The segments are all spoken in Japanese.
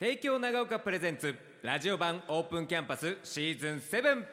帝京長岡プレゼンツラジオ版オープンキャンパスシーズン7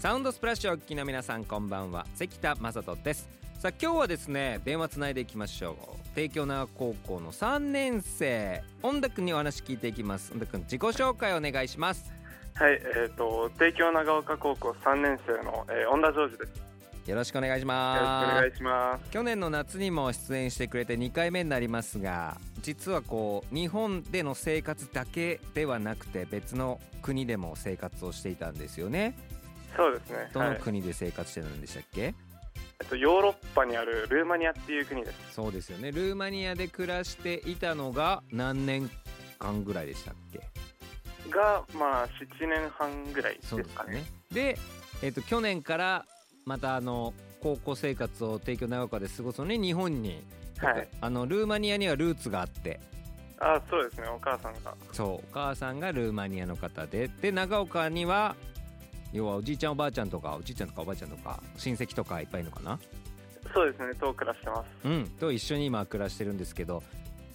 サウンドスプラッシュをお聞きの皆さんこんばんは関田正人ですさあ今日はですね電話つないでいきましょう帝京長岡高校の3年生音田君にお話聞いていきます音田君自己紹介お願いしますはい、えっ、と帝京長岡高校三年生の、えー、恩田ジョージです。よよろしくお願いしろしくおます願いします。去年の夏にも出演してくれて2回目になりますが実はこう日本での生活だけではなくて別の国でも生活をしていたんですよねそうですね。どはのい、国で生活してたんでしたっけ、えっとヨーロッパにあるルーマニアっていう国です。そうですよねルーマニアで暮らしていたのが何年間ぐらいでしたっけがまあ七年半ぐらいですそうですかよね。ねで、えっと去年からまたあの高校生活を帝京長岡で過ごすのに日本に、はい。あのルーマニアにはルーツがあってあ、そうですね。お母さんが。そうお母さんがルーマニアの方でで長岡には要はおじいちゃんおばあちゃんとかおじいちゃんとかおばあちゃんとか親戚とかいっぱいいるのかなそうですね。遠くらしてまうす。んと一緒に今暮らしてるんですけど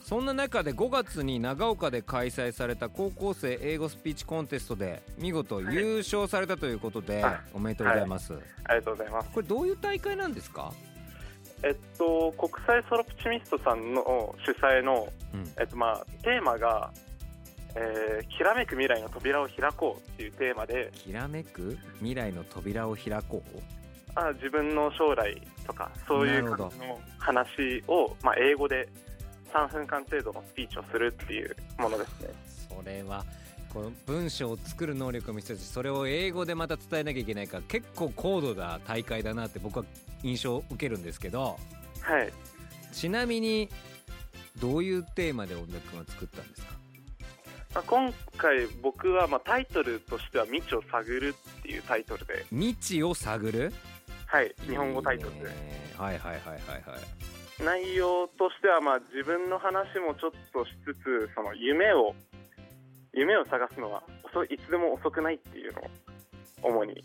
そんな中で5月に長岡で開催された高校生英語スピーチコンテストで見事はい優勝されたということで、はいおめでとうございます、ありがとうございます。これどういう大会なんですか、えっと国際ソロプチミストさんの主催のうん、えっとまあテーマが、えー、きらめく未来の扉を開こうっていうテーマで、きらめく未来の扉を開こうあ自分の将来とかそういう感じの話を、まあ、英語で3分間程度のスピーチをするっていうものですねそれはこの文章を作る能力も必要だしそれを英語でまた伝えなきゃいけないから結構高度な大会だなって僕は印象を受けるんですけどはいちなみにどういうテーマで音楽君は作ったんですかまあ今回僕はまあタイトルとしては「未知を探る」っていうタイトルで未知を探るはい日本語タイトルいいでねはいはいはいはいはい内容としてはまあ自分の話もちょっとしつつその夢を夢を探すのは遅いいつでも遅くないっていうのを主に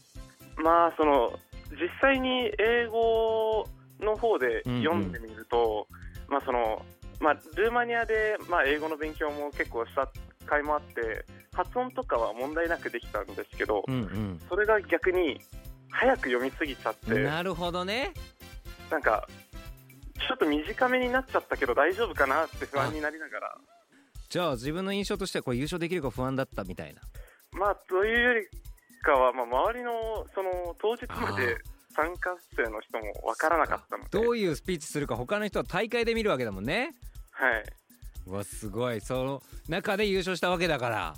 まあその実際に英語の方で読んでみると、まあそのまあルーマニアでまあ英語の勉強も結構した会もあって発音とかは問題なくできたんですけど、うんそれが逆に早く読みすぎちゃってうんなるほどねなんかちょっと短めになっちゃったけど大丈夫かなって不安になりながらじゃあ自分の印象としてはこれ優勝できるか不安だったみたいなまあというよりかは、まあ、周りのその当日まで参加生の人もわからなかったのでどういうスピーチするか他の人は大会で見るわけだもんねはい、うわすごいその中で優勝したわけだからは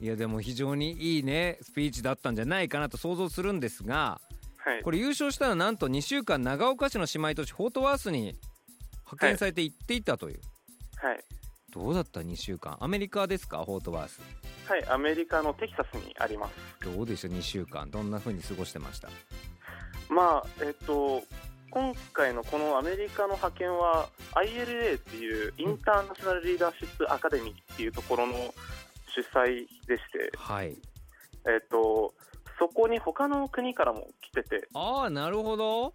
いいやでも非常にいいねスピーチだったんじゃないかなと想像するんですがはい、これ優勝したのはなんと2週間長岡市の姉妹都市フォートワースに派遣されて行っていたという、はいどうだった2週間アメリカですかフォートワースはい、アメリカのテキサスにありますどうでした2週間どんな風に過ごしてましたまあえっと今回のこのアメリカの派遣は ILA っていうインターナショナルリーダーシップアカデミーっていうところの主催でして、はいえっと、そこに他の国からも来てて、ああなるほどは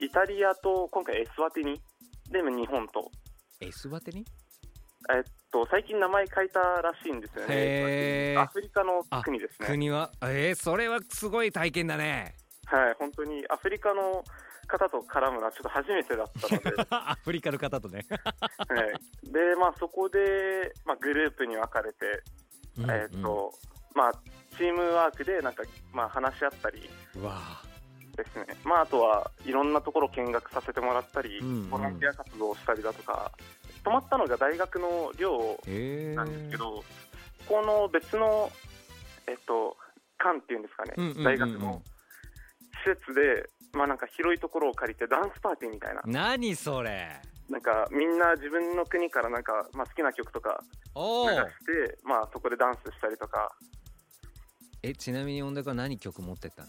い、イタリアと今回エスワティニで日本と,、エスバテにえっと最近名前変えたらしいんですよへねーアフリカの国ですね国はえー、それはすごい体験だね、はい本当にアフリカの方と絡むのはちょっと初めてだったので, アフリカの方とね、はい、でまあそこで、まあ、グループに分かれて、うんえっとまあチームワークでなんか、まあ、話し合ったりうんうわあですね、まあ、あとはいろんなところ見学させてもらったり、うんうんボランティア活動をしたりだとか泊まったのが大学の寮へえなんですけど、この別の、えっと、館っていうんですかね、うんうんうんうん大学の施設で、まあ、なんか広いところを借りてダンスパーティーみたいな、何それなんかみんな自分の国からなんか、まあ、好きな曲とかお流おして、まあ、そこでダンスしたりとか、えちなみに音楽は何曲持ってったの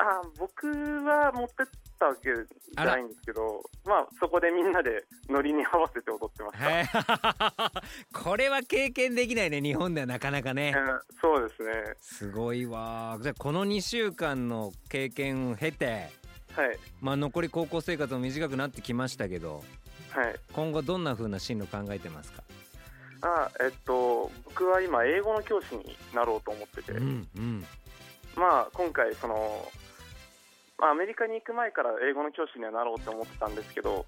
あー僕は持ってっったわけじゃないんですけど、まあ、そこでみんなでノリに合わせて踊ってました。はい これは経験できないね日本ではなかなかねうんそうですね。すごいわじゃあこの2週間の経験を経てはい。まあ残り高校生活も短くなってきましたけどはい。今後どんな風な進路考えてますかあえっと、僕は今、英語の教師になろうと思ってて、うんうんまあ、今回、その、まあアメリカに行く前から英語の教師にはなろうと思ってたんですけど、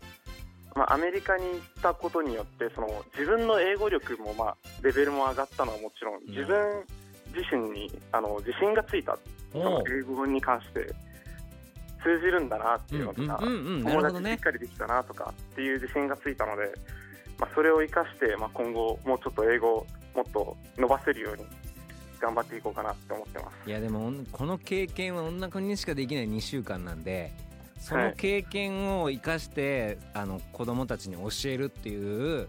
まあ、アメリカに行ったことによって、その、自分の英語力も、まあ、レベルも上がったのはもちろん、自分自身に、あの、自信がついたおう英語に関して通じるんだなっていうのとか、うんうんうんうんなる友ほ達どしっねかりできたなとかっていう自信がついたので、まあ、それを生かして、まあ、今後もうちょっと英語をもっと伸ばせるように頑張っていこうかなって思ってますいやでもこの経験は女国にしかできない2週間なんでその経験を生かして、あの子供たちに教えるっていう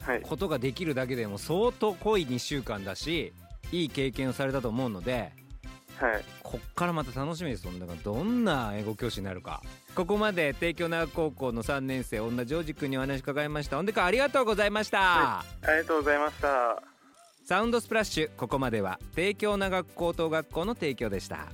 はいことができるだけでも相当濃い2週間だしいい経験をされたと思うのではいこっからまた楽しみですそんなどんな英語教師になるかここまで帝京長高校の3年生女ジョージ君にお話伺いましたほんでかありがとうございました、はありがとうございましたサウンドスプラッシュここまでは帝京長高等学校の提供でした